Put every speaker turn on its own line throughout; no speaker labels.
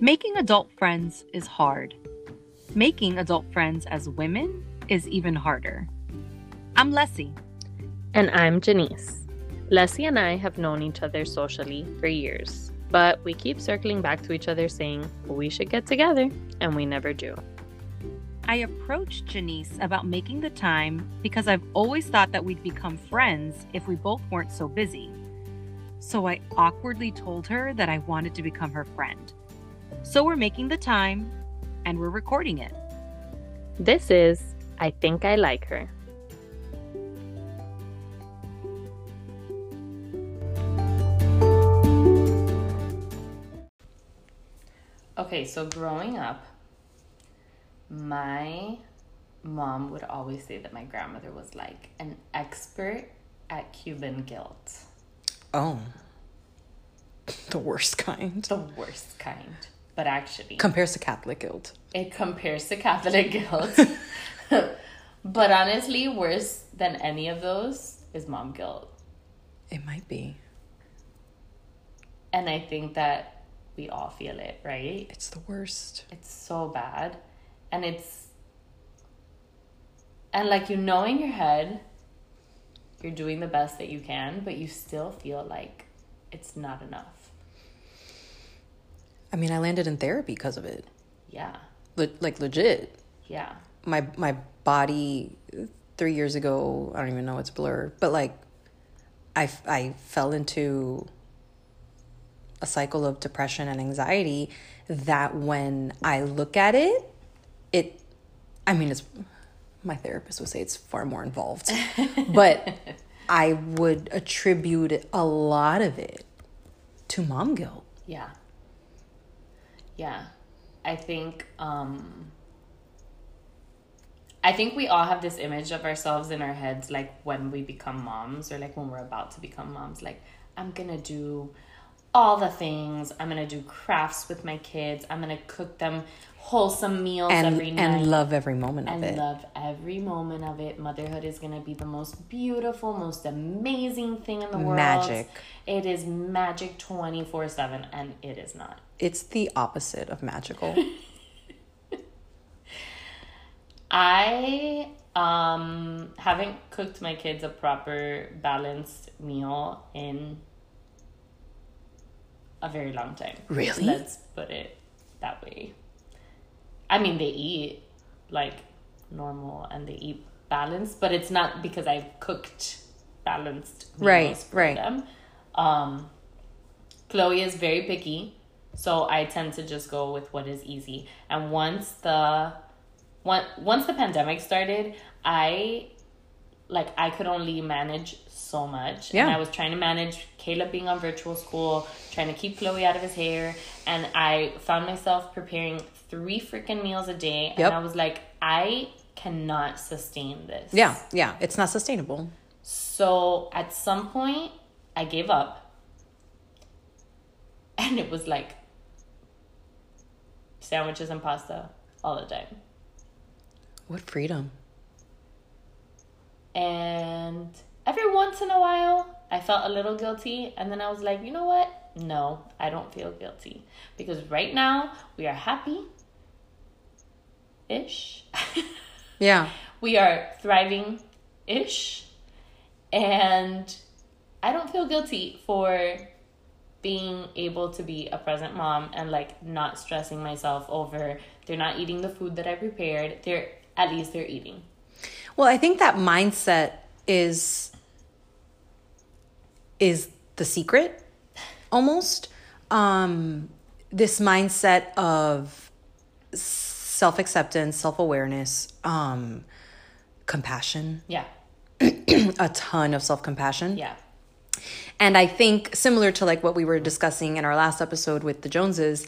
Making adult friends is hard. Making adult friends as women is even harder. I'm Leslie.
And I'm Janice. Leslie and I have known each other socially for years, but we keep circling back to each other saying we should get together, and we never do.
I approached Janice about making the time because I've always thought that we'd become friends if we both weren't so busy. So I awkwardly told her that I wanted to become her friend. So we're making the time and we're recording it.
This is I Think I Like Her. Okay, so growing up, my mom would always say that my grandmother was like an expert at Cuban guilt,
Oh. The worst kind.
the worst kind. But actually,
Compares to Catholic guilt.
it compares to Catholic guilt. but honestly, worse than any of those is mom guilt.
It might be.
And I think that we all feel it, right?
It's the worst.
It's so bad. And it's. And like you know in your head, you're doing the best that you can, but you still feel like it's not enough.
I mean, I landed in therapy because of it.
Yeah.
Le- like legit.
Yeah.
My my body 3 years ago, I don't even know it's blur, but like I f- I fell into a cycle of depression and anxiety that when I look at it, it I mean, it's my therapist would say it's far more involved, but I would attribute a lot of it to mom guilt.
Yeah. Yeah. I think um I think we all have this image of ourselves in our heads like when we become moms or like when we're about to become moms like I'm going to do all the things. I'm going to do crafts with my kids. I'm going to cook them wholesome meals
And
every night
and love every moment of
and
it.
love every moment of it. Motherhood is going to be the most beautiful, most amazing thing in the world.
Magic.
It is magic 24/7 and it is not.
It's the opposite of magical.
I um haven't cooked my kids a proper balanced meal in a very long time.
Really?
Let's put it that way. I mean, they eat like normal and they eat balanced, but it's not because I've cooked balanced meals
Right,
for
right.
them. Um, Chloe is very picky, so I tend to just go with what is easy. And once the one, once the pandemic started, I like I could only manage so much. And
Yeah.
I was trying to manage Caleb being on virtual school, trying to keep Chloe out of his hair, and I found myself preparing three freaking meals a day
Yep.
and I was like, I cannot sustain this.
yeah, yeah. It's not sustainable.
So at some point I gave up. And it was like sandwiches and pasta all the time.
What freedom.
And every once in a while, I felt a little guilty. And then I was like, you know what? No, I don't feel guilty. Because right now, we are happy ish.
Yeah.
we are thriving ish. And I don't feel guilty for being able to be a present mom and like not stressing myself over they're not eating the food that I prepared. They're at least they're eating.
Well, I think that mindset is is the secret almost um this mindset of self-acceptance, self-awareness, um compassion,
Yeah.
a ton of self-compassion.
Yeah.
And I think similar to like what we were discussing in our last episode with the Joneses,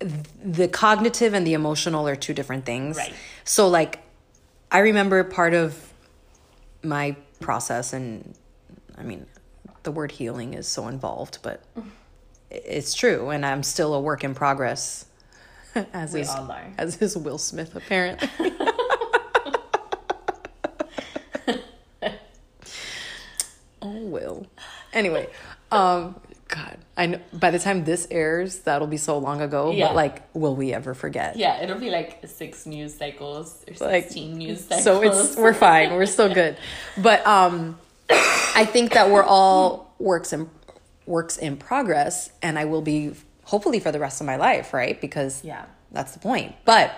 th- the cognitive and the emotional are two different things.
Right.
So like I remember part of my process and I mean the word healing is so involved, but
Mm.
it's true and I'm still a work in progress as
We
is
all are.
as is Will Smith apparently. oh Will. Anyway, um God, I know. By the time this airs, that'll be so long ago.
Yeah.
But like, will we ever forget?
Yeah, it'll be like six news cycles or
Like,
sixteen news cycles.
so it's we're fine we're still good but um i think that we're all works in works in progress and i will be hopefully for the rest of my life right because
Yeah.
that's the point but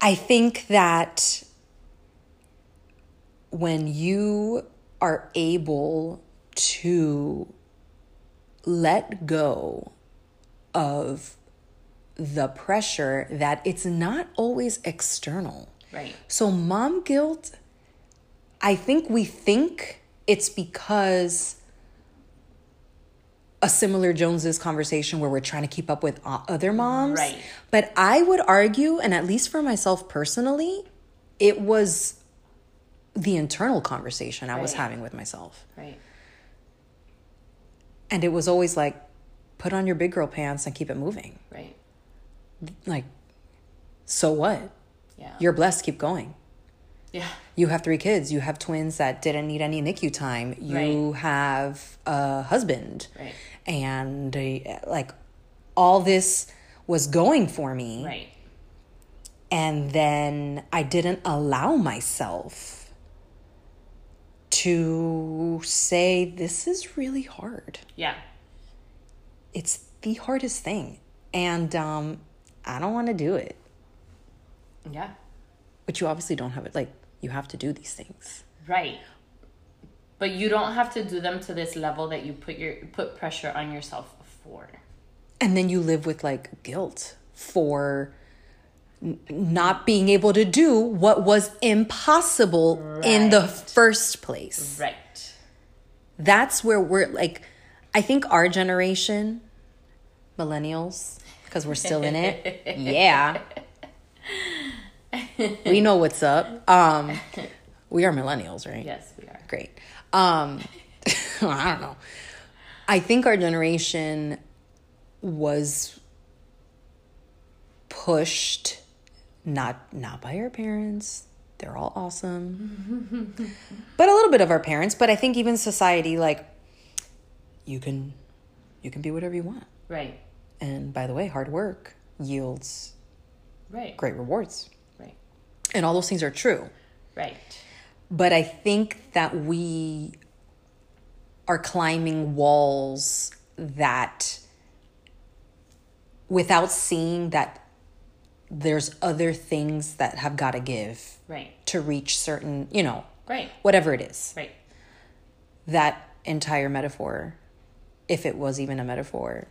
i think that when you are able to let go of the pressure that it's not always external.
right.
So, mom guilt, I think we think it's because a similar Joneses conversation where we're trying to keep up with o- other moms.
Right.
But I would argue, and at least for myself personally, it was the internal conversation I was
Right.
having with myself.
Right.
And it was always like, put on your big girl pants and keep it moving.
Right.
Like, so what?
Yeah.
You're blessed, keep going.
yeah.
you have three kids you have twins that didn't need any nicu time you have a husband
Right.
and uh, like all this was going for me
Right.
and then i didn't allow myself to say this is really hard
Yeah.
it's the hardest thing and um i don't want to do it
Yeah.
but you obviously don't have it like you have to do these things
Right. But you don't have to do them to this level that you put your put pressure on yourself for.
and then you live with like guilt for n- not being able to do what was impossible in the first place.
Right.
That's where we're like, I think our generation, millennials, because we're still in it, yeah, we know what's up. Um, we are millennials, right?
Yes, we are.
great. Um, I don't know. I think our generation was pushed not not by our parents. They're all awesome. but a little bit of our parents, but I think even society like you can you can be whatever you want.
Right.
And by the way, hard work yields
Right.
great rewards.
Right.
And all those things are true.
Right.
but I think that we are climbing walls that without seeing that there's other things that have got to give
Right.
to reach certain, you know,
Right.
whatever it is.
Right.
That entire metaphor, if it was even a metaphor,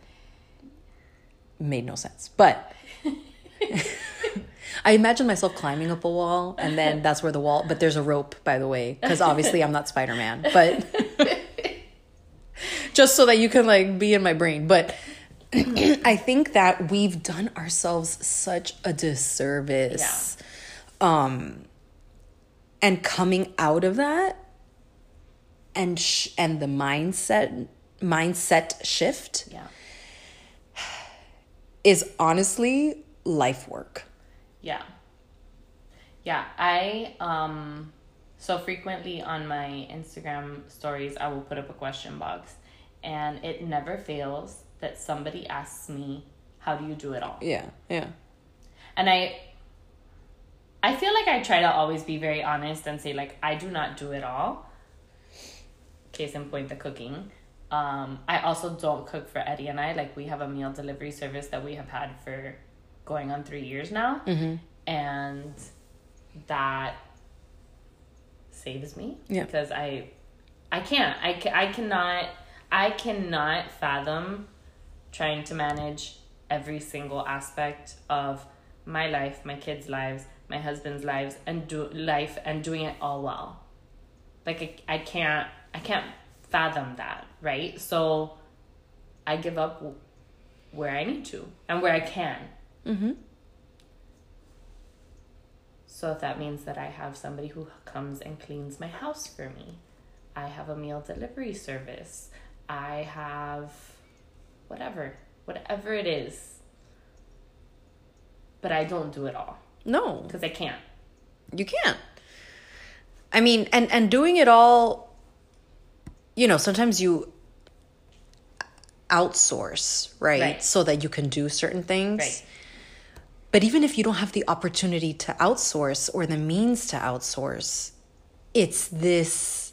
made no sense. But I imagine myself climbing up a wall, and then that's where the wall. But there's a rope, by the way, because obviously I'm not Spider Man. But just so that you can like be in my brain. But I think that we've done ourselves such a disservice. Um, and coming out of that, and sh- and the mindset mindset shift
Yeah.
is honestly life work.
Yeah. Yeah, I um so frequently on my Instagram stories I will put up a question box and it never fails that somebody asks me, "How do you do it all?"
Yeah, yeah.
And I I feel like I try to always be very honest and say like I do not do it all. Case in point the cooking. Um I also don't cook for Eddie and I like we have a meal delivery service that we have had for going on 3 years now. And that saves me
Yeah.
because I I can't. I ca- I cannot I cannot fathom trying to manage every single aspect of my life, my kids' lives, my husband's lives, and do life and doing it all well. Like I, I can't I can't fathom that, right? So I give up w- where I need to and where I can. Mm-hmm. So if that means that I have somebody who comes and cleans my house for me, I have a meal delivery service. I have whatever, whatever it is. But I don't do it all
No,
because I can't.
you can't. I mean, and and doing it all you know, sometimes you outsource, right?
Right.
So that you can do certain things.
Right.
But even if you don't have the opportunity to outsource or the means to outsource, it's this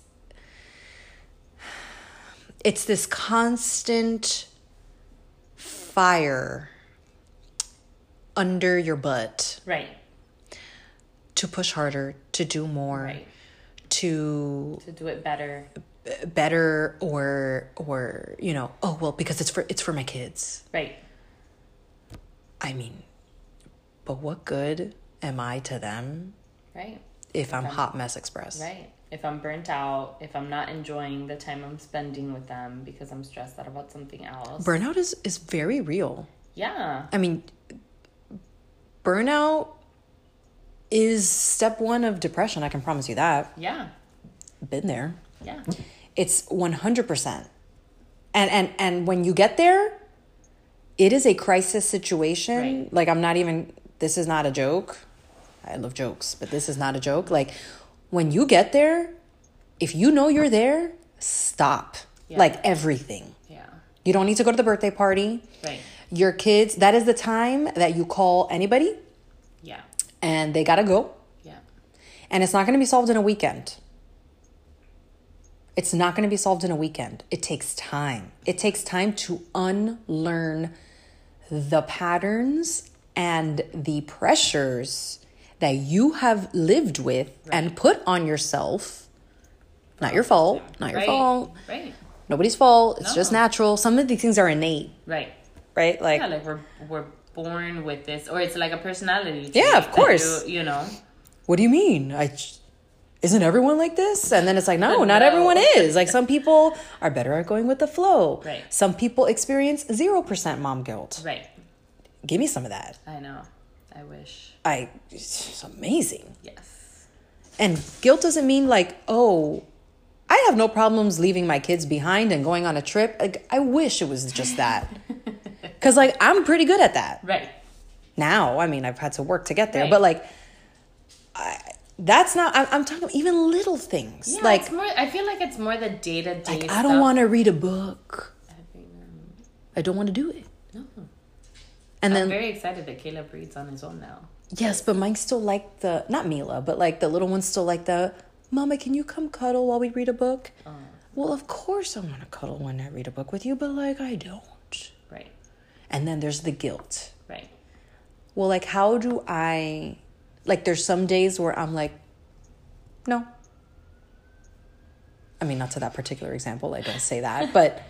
it's this constant fire under your butt
Right.
to push harder, to do more,
Right.
to uh,
To do it better.
better or or you know oh well because it's for it's for my kids
Right.
i mean but what good am i to them
Right.
if i'm hot mess express
Right. If I'm burnt out, if I'm not enjoying the time I'm spending with them because I'm stressed out about something else.
burnout is is very real
yeah.
i mean burnout is step one of depression i can promise you that
Yeah.
been there
Yeah.
it's 100% and and and when you get there it is a crisis situation
Right.
like i'm not even this is not a joke i love jokes but this is not a joke like when you get there if you know you're there stop like everything
Yeah.
you don't need to go to the birthday party
Right.
your kids that is the time that you call anybody
Yeah.
and they gotta go
Yeah.
and it's not going to be solved in a weekend. It's not going to be solved in a weekend. It takes time. It takes time to unlearn the patterns and the pressures that you have lived with and put on yourself. Not your fault. Not your
right.
fault.
Right.
Nobody's fault. It's just
No.
natural. Some of these things are innate,
Right.
right? Like
Yeah, like we're we're born with this, or it's like a personality. Trait
Yeah, of
that
course.
You, you know.
what do you mean? I isn't everyone like this? And then it's like, no, not
No.
everyone is. Like some people are better at going with the flow.
Right.
Some people experience 0% mom guilt.
Right.
Give me some of that.
I know. I wish.
I it's amazing.
Yes.
And guilt doesn't mean like, oh, I have no problems leaving my kids behind and going on a trip. Like I wish it was just that. Cuz like I'm pretty good at that.
Right.
now i mean i've had to work to get there
Right.
but like I, that's not I'm, I'm talking even little things
Yeah,
like
it's more. I feel like it's more the day to day.
i don't want to read a book
I'm
i don't want to do it and then
Oh, very excited that Caleb reads on his own now.
yes but mine still like the not mila but like the little ones still like the mama can you come cuddle while we read a book well of course i want to cuddle when i read a book with you but like i don't
Right.
and then there's the guilt
Right.
well like how do i like there's some days where i'm like no i mean not to that particular example i don't say that but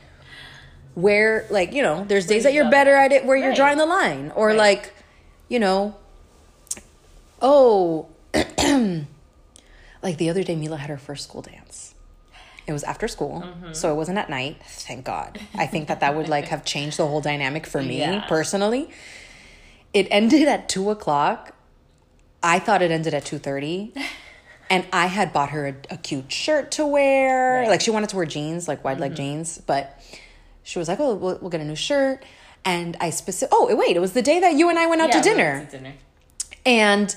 where like you know there's days that you're
draw
better at it where you're
Right.
drawing the line or
Right.
like you know oh like the other day mila had her first school dance it was after school
Mm-hmm.
so it wasn't at night thank god i think that that would like have changed the whole dynamic for me
Yeah.
personally it ended at two o'clock i thought it ended at 2.30 and i had bought her a, a cute shirt to wear
Right. Mm-hmm.
like she wanted to wear jeans like wide leg jeans but she was like oh we'll, we'll get a new shirt and i specific oh wait it was the day that you and i went out
Yeah,
to
we went
dinner
To dinner.
and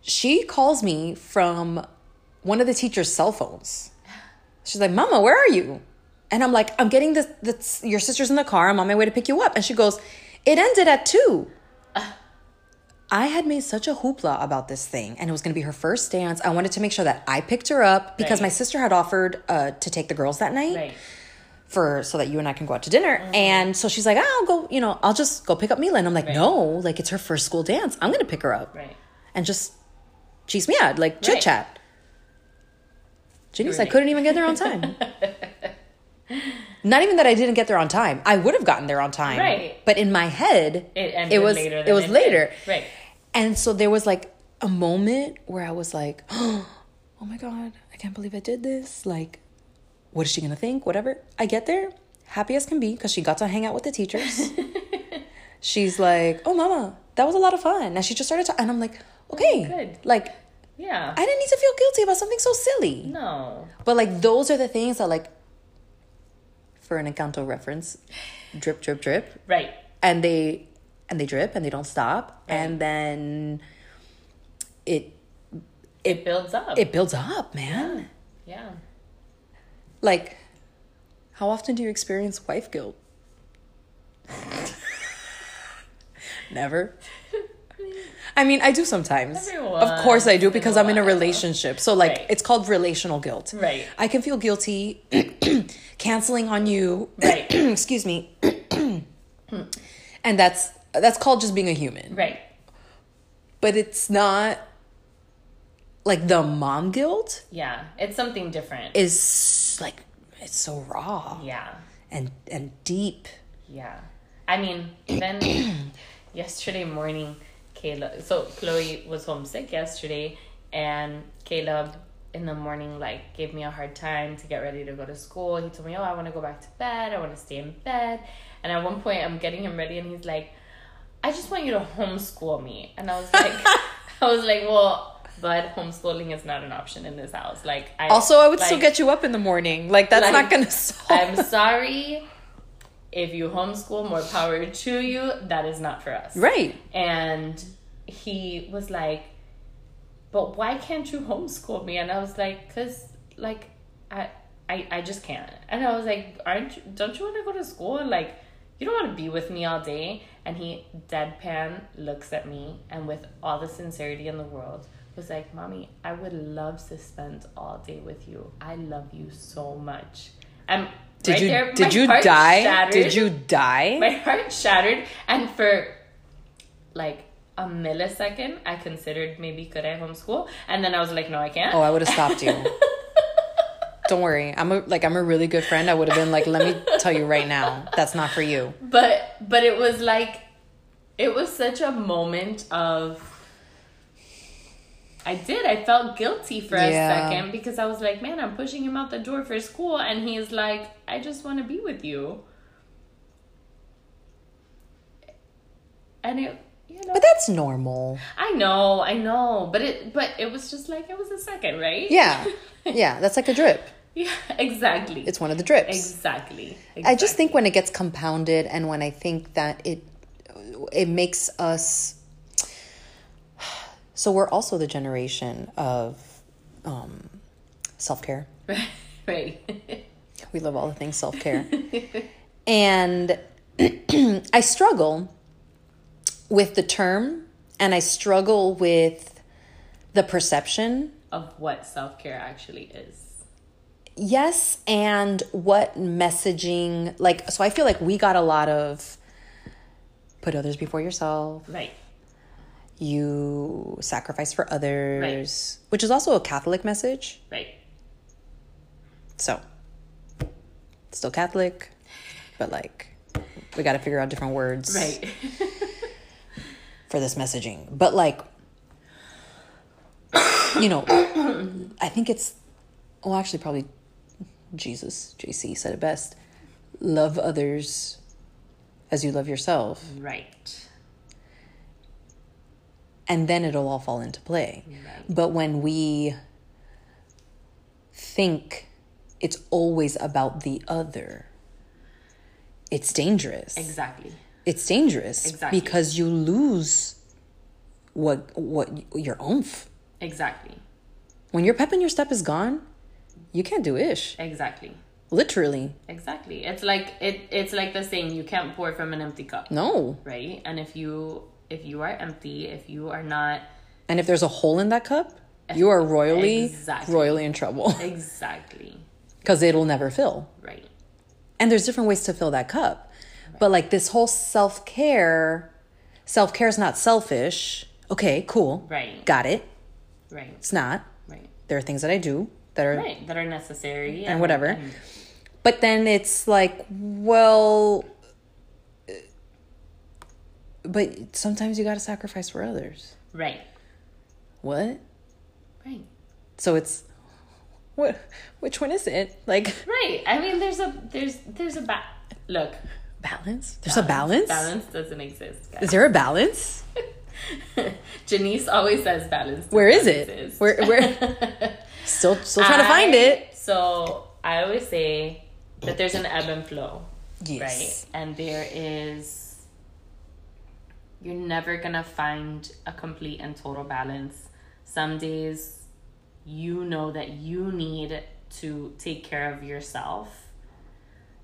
she calls me from one of the teacher's cell phones. She's like, Mama, where are you? And I'm like, I'm getting this, this your sister's in the car. I'm on my way to pick you up. And she goes, It ended at two. I had made such a hoopla about this thing, and it was going to be her first dance. I wanted to make sure that I picked her up because
Right.
my sister had offered uh, to take the girls that night
Right.
for so that you and I can go out to dinner.
Mm-hmm.
And so she's like, "Ah, I'll go, you know, I'll just go pick up Mila. And I'm like, no, like it's her first school dance. I'm gonna pick her up
Right.
and just cheese me out, like chit chat. Janice, I
Right.
couldn't even get there on time. Not even that I didn't get there on time. I would have gotten there on time.
Right.
But in my head,
It ended
was
later. Than
it was
did.
later.
Right.
And so there was like a moment where I was like, oh my God, I can't believe I did this. Like, what is she gonna think? Whatever. I get there, happy as can be, because she got to hang out with the teachers. She's like, oh, mama, that was a lot of fun. And she just started to, and I'm like, okay.
good.
Like,
Yeah.
I didn't need to feel guilty about something so silly.
no.
But like, those are the things that, like, for an Encanto reference, drip, drip, drip
Right.
and they and they drip and they don't stop and then it
It builds up.
it builds up man
yeah.
like How often do you experience wife guilt? Never. I mean, I do sometimes.
Every
of course,
once
I
in
do
a
because I'm in a
while.
relationship. So, like,
Right.
it's called relational guilt.
Right.
I can feel guilty canceling on you.
Right.
Excuse me. and that's that's called just being a human.
right.
But it's not like the mom guilt
Yeah. It's something different.
is like it's so raw
yeah.
and and deep.
Yeah. I mean, even yesterday morning, Caleb. So Chloe was homesick yesterday, and Caleb in the morning like gave me a hard time to get ready to go to school. He told me, "Oh, I want to go back to bed. I want to stay in bed." And at one point, I'm getting him ready, and he's like, "I just want you to homeschool me." And I was like, I was like, "Well, but homeschooling is not an option in this house." Like, I,
Also, I would still
like,
get you up in the morning. Like that's
Like,
not gonna solve.
I'm sorry. If you homeschool, more power to you. That is not for us.
right.
And he was like, "But why can't you homeschool me?" And I was like, "Cause like I I I just can't." And I was like, "Aren't you, don't you want to go to school and like you don't want to be with me all day?" And he deadpan looks at me and with all the sincerity in the world was like, "Mommy, I would love to spend all day with you. I love you so much." And
Did
right
you
there, my
did you
heart
die?
shattered
Did you die?
my heart shattered and for like a millisecond i considered maybe could i homeschool and then i was like no i can't
oh, I would have stopped you. Don't worry. I'm a like I'm a really good friend. I would have been like, let me tell you right now, that's not for you.
but but it was like it was such a moment of I did. I felt guilty for a
Yeah.
second because I was like, man, I'm pushing him out the door for school and he's like, I just want to be with you. And it, you know,
But that's normal.
I know, I know, but it but it was just like it was a second, right?
Yeah. Yeah, that's like a drip.
yeah, exactly.
It's one of the drips.
exactly.
I just think when it gets compounded and when I think that it it makes us so we're also the generation of um, self-care.
Exactly. right.
We love all the things self care. and I struggle with the term and I struggle with the perception.
of what self-care actually is.
Yes, and what messaging, like, so I feel like we got a lot of put others before yourself,
Right.
you sacrifice for others, which is also a Catholic message.
Right.
So, still Catholic, but like, we got to figure out different words.
Right.
for this messaging. But like, you know, I think it's well, actually, probably Jesus, JC said it best: love others as you love yourself,
right.
and then it'll all fall into play.
Right.
But when we think it's always about the other, it's dangerous.
Exactly.
It's dangerous
Exactly.
because you lose what what your oomph.
Exactly.
when your pep in your step is gone, you can't do ish.
Exactly.
Literally,
Exactly. It's like it it's like the saying you can't pour from an empty cup,
no.
right? And if you if you are empty, if you are not
And if there's a hole in that cup, you are royally,
Exactly.
royally in trouble
exactly
because it'll never fill.
right.
And there's different ways to fill that cup. But like this whole self care, self care is not selfish. Okay, cool.
Right.
Got it.
Right.
It's not.
Right.
There are things that I do that are
Right. That are necessary
and whatever. but then it's like, well, uh, but sometimes you got to sacrifice for others.
Right.
What?
Right.
So it's what? Which one is it? Like
Right. I mean, there's a there's there's a ba- look.
balance? There's a balance.
Balance doesn't exist. Guys.
Is there a balance?
Janice always says balance.
Where is it?
Exist.
We're we're still still trying to find
I-
it.
So I always say that there's an ebb and flow,
Yes.
right? And there is you're never gonna find a complete and total balance. Some days you know that you need to take care of yourself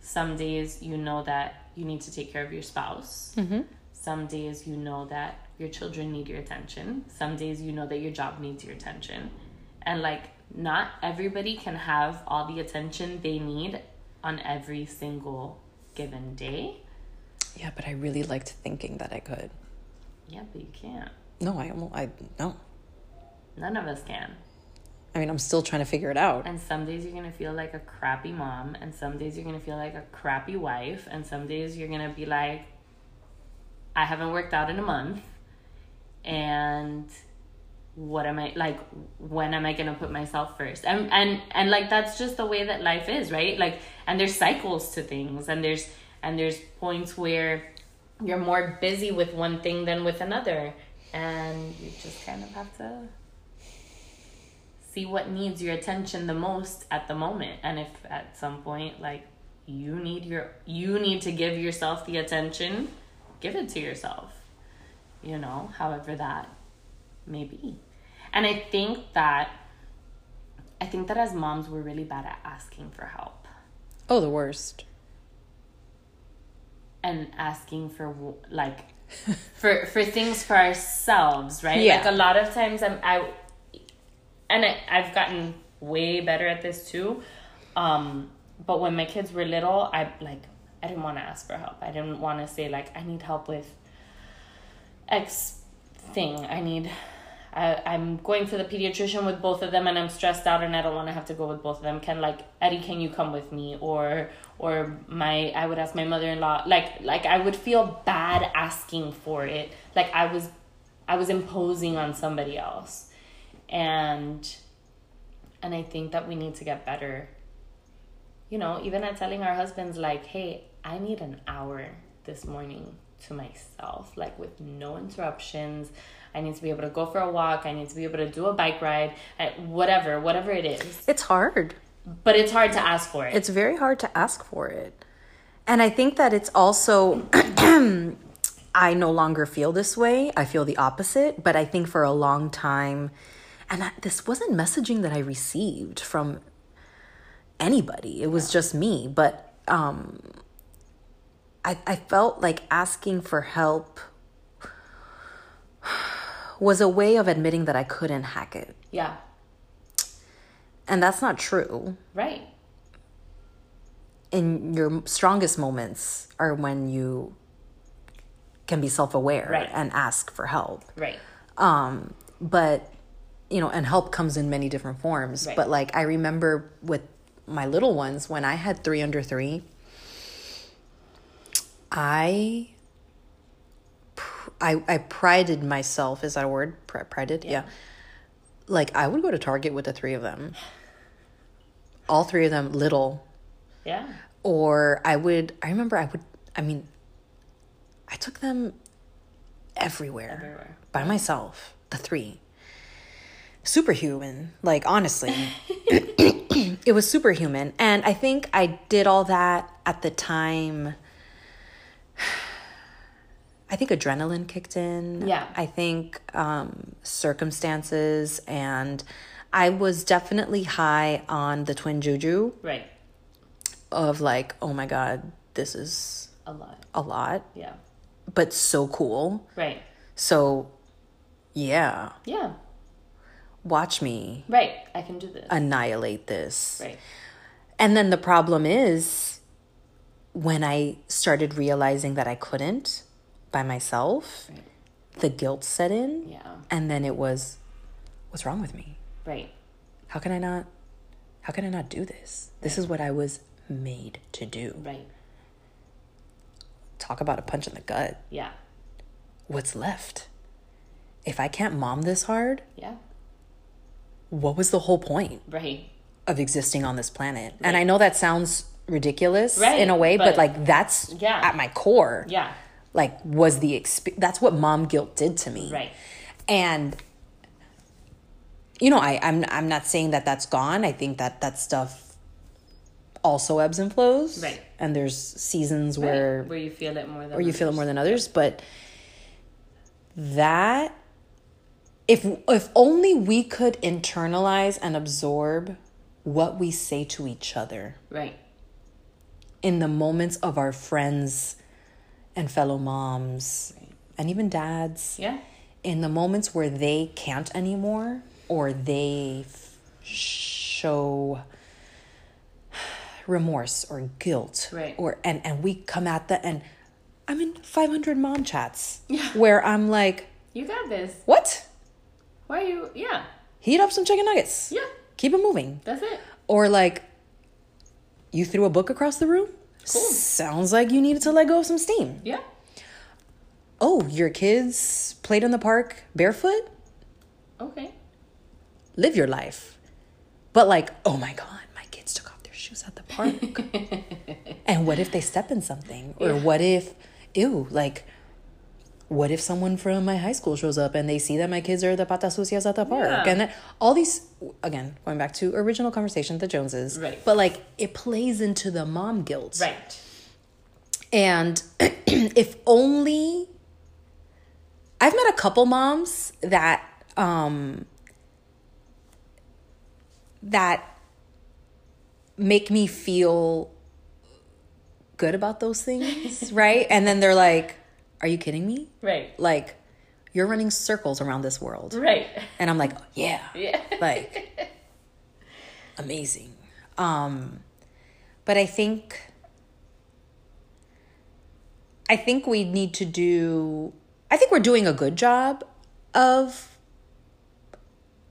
Some days you know that you need to take care of your spouse.
Mm-hmm.
Some days you know that your children need your attention. Some days you know that your job needs your attention. And like, not everybody can have all the attention they need on every single given day.
Yeah, but I really liked thinking that I could.
Yeah, but you can't.
No, I almost, I no.
None of us can.
I mean, I'm still trying to figure it out.
And some days you're gonna feel like a crappy mom, and some days you're gonna feel like a crappy wife, and some days you're gonna be like, I haven't worked out in a month, and what am I like? When am I gonna put myself first? And and and like that's just the way that life is, right? Like, and there's cycles to things, and there's and there's points where you're more busy with one thing than with another, and you just kind of have to see what needs your attention the most at the moment and if at some point like you need your you need to give yourself the attention give it to yourself you know however that may be and i think that i think that as moms we're really bad at asking for help
Oh, the worst.
and asking for like for for things for ourselves right
Yeah.
like a lot of times i'm i and I, i've gotten way better at this too um but when my kids were little i like i didn't want to ask for help i didn't want to say like i need help with x thing i need I, I'm going to the pediatrician with both of them, and I'm stressed out, and I don't want to have to go with both of them. Can like Eddie, can you come with me, or or my I would ask my mother in law. Like like I would feel bad asking for it. Like I was, I was imposing on somebody else, and and I think that we need to get better. You know, even at telling our husbands like, "Hey, I need an hour this morning to myself, like with no interruptions. I need to be able to go for a walk. I need to be able to do a bike ride, I- whatever, whatever it is."
It's hard.
But it's hard to ask for it.
It's very hard to ask for it. And I think that it's also, I no longer feel this way. I feel the opposite. But I think for a long time, and I, this wasn't messaging that I received from anybody, it was just me. But um, I, I felt like asking for help was a way of admitting that I couldn't hack it.
yeah,
And that's not true.
right.
in your strongest moments are when you can be self-aware
Right.
and ask for help
Right.
um but you know and help comes in many different forms
Right.
but like i remember with my little ones when i had 3 under 3 i pr- I, I prided myself is that a word Pri- prided yeah. like i would go to target with the three of them all three of them little
Yeah.
or I would I remember I would I mean I took them everywhere,
Everywhere.
by myself the three superhuman like honestly it was superhuman and I think I did all that at the time I think adrenaline kicked in
Yeah.
I think um circumstances and I was definitely high on the twin juju
Right.
of like, oh my god, this is
A lot.
a lot,
Yeah.
but so cool.
Right.
So, yeah,
Yeah.
watch me
Right. I can do this.
annihilate this.
right.
And then the problem is when I started realizing that I couldn't by myself,
Right.
the guilt set in.
Yeah.
And then it was, what's wrong with me?
Right.
How can I not? How can I not do this? This is what I was made to do.
Right.
Talk about a punch in the gut.
Yeah.
what's left? If I can't mom this hard,
Yeah.
what was the whole point
Right.
of existing on this planet? And I know that sounds ridiculous
Right,
in a way, but,
but-
like that's
Yeah.
at my core.
Yeah.
Like was the exp- that's what mom guilt did to me.
Right.
And you know, I I'm I'm not saying that that's gone. I think that that stuff also ebbs and flows.
Right.
And there's seasons
Right.
where
where you feel it more than
or you feel it more than others but that if if only we could internalize and absorb what we say to each other
Right.
in the moments of our friends and fellow moms and even dads
Yeah.
in the moments where they can't anymore or they f- show remorse or guilt
Right.
or and and we come at the and i'm in 500 mom chats where i'm like
You got this.
what
Why are you? Yeah.
heat up some chicken nuggets
Yeah.
keep it moving
That's it.
or like you threw a book across the room sounds like you needed to let go of some steam
Yeah.
oh your kids played in the park barefoot
Okay.
live your life. But like, oh my god, my kids took off their shoes at the park. and what if they step in something? Or what if ew, like what if someone from my high school shows up and they see that my kids are the patas sucias at the park?
Yeah.
And then all these again, going back to original conversation the Joneses.
Right.
But like it plays into the mom guilt.
Right.
And if only I've met a couple moms that um that make me feel good about those things, right? And then they're like, "Are you kidding me?
Right.
Like you're running circles around this world."
Right.
And I'm like, "Yeah."
Yeah.
Like amazing. Um but I think I think we need to do I think we're doing a good job of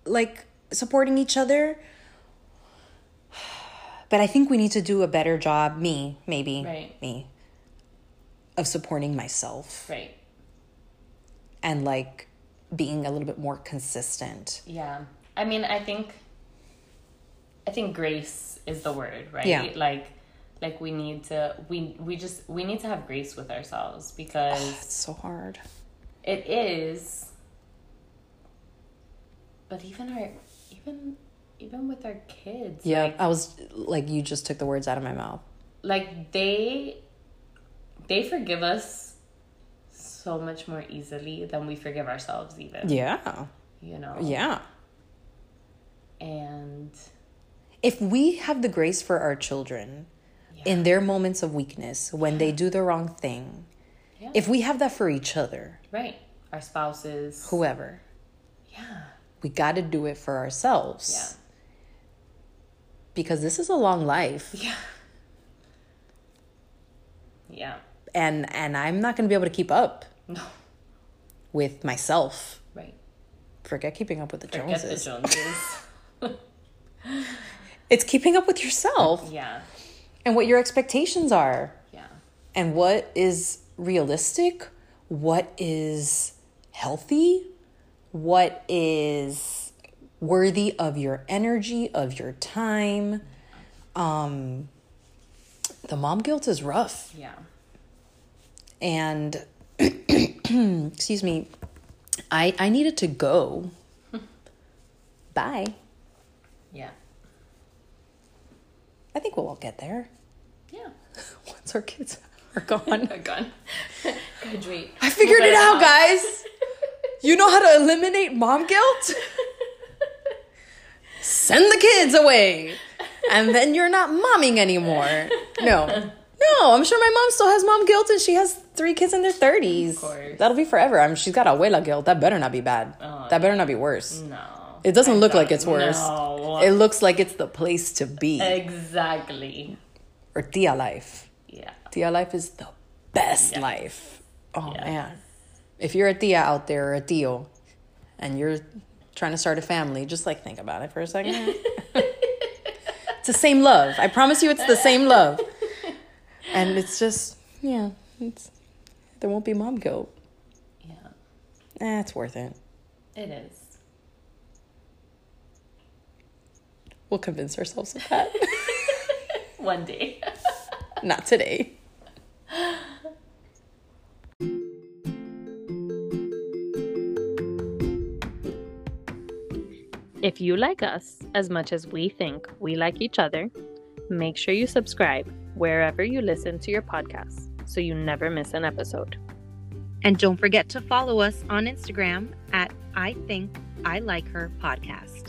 like supporting each other. But I think we need to do a better job, me, maybe,
Right.
me, of supporting myself
Right.
and like being a little bit more consistent.
Yeah. I mean, I think I think grace is the word, right?
Yeah.
Like like we need to we we just we need to have grace with ourselves because
It's so hard.
it is but even our even even with our kids,
Yeah,
like,
I was like, you just took the words out of my mouth.
like they they forgive us so much more easily than we forgive ourselves even.
Yeah,
You know?
yeah.
And
If we have the grace for our children in their moments of weakness, when they do the wrong thing,
Yeah.
if we have that for each other,
right. Our spouses.
whoever,
Yeah.
we got to do it for ourselves.
Yeah.
Because this is a long life,
Yeah. Yeah.
and and I'm not going to be able to keep up
No.
with myself.
Right.
Forget keeping up with the
Get the
Joneses.
Joneses.
it's keeping up with yourself
yeah.
and what your expectations are.
Yeah.
and what is realistic, what is healthy, what is worthy of your energy, of your time. Um, the mom guilt is rough,
Yeah.
and excuse me, I I needed to go. Bye.
Yeah.
I think we'll all get there
Yeah.
once our kids are gone.
A gun. Graduate.
I figured it out, guys. You know how to eliminate mom guilt? Send the kids away. And then you're not momming anymore. No. No, I'm sure my mom still has mom guilt and she has three kids in their 30s.
course.
That'll be forever. I mean, she's got abuela guilt. That better not be bad.
Oh,
that better not be worse.
No.
It doesn't
I
look like
don't
it's worse.
know.
It looks like it's the place to be.
exactly.
or tia life.
Yeah.
Tia life is the best life. Oh
Yes.
man. If you're a tia out there or a tio and you're trying to start a family, just like think about it for a second. it's the same love. I promise you it's the same love. And it's just yeah, it's there won't be mom guilt.
Yeah.
Eh, it's worth it.
It is.
We'll convince ourselves of that.
One day.
Not today.
If you like us as much as we think we like each other, make sure you subscribe wherever you listen to your podcasts so you never miss an episode.
And don't forget to follow us on Instagram at I Think I Like Her Podcast.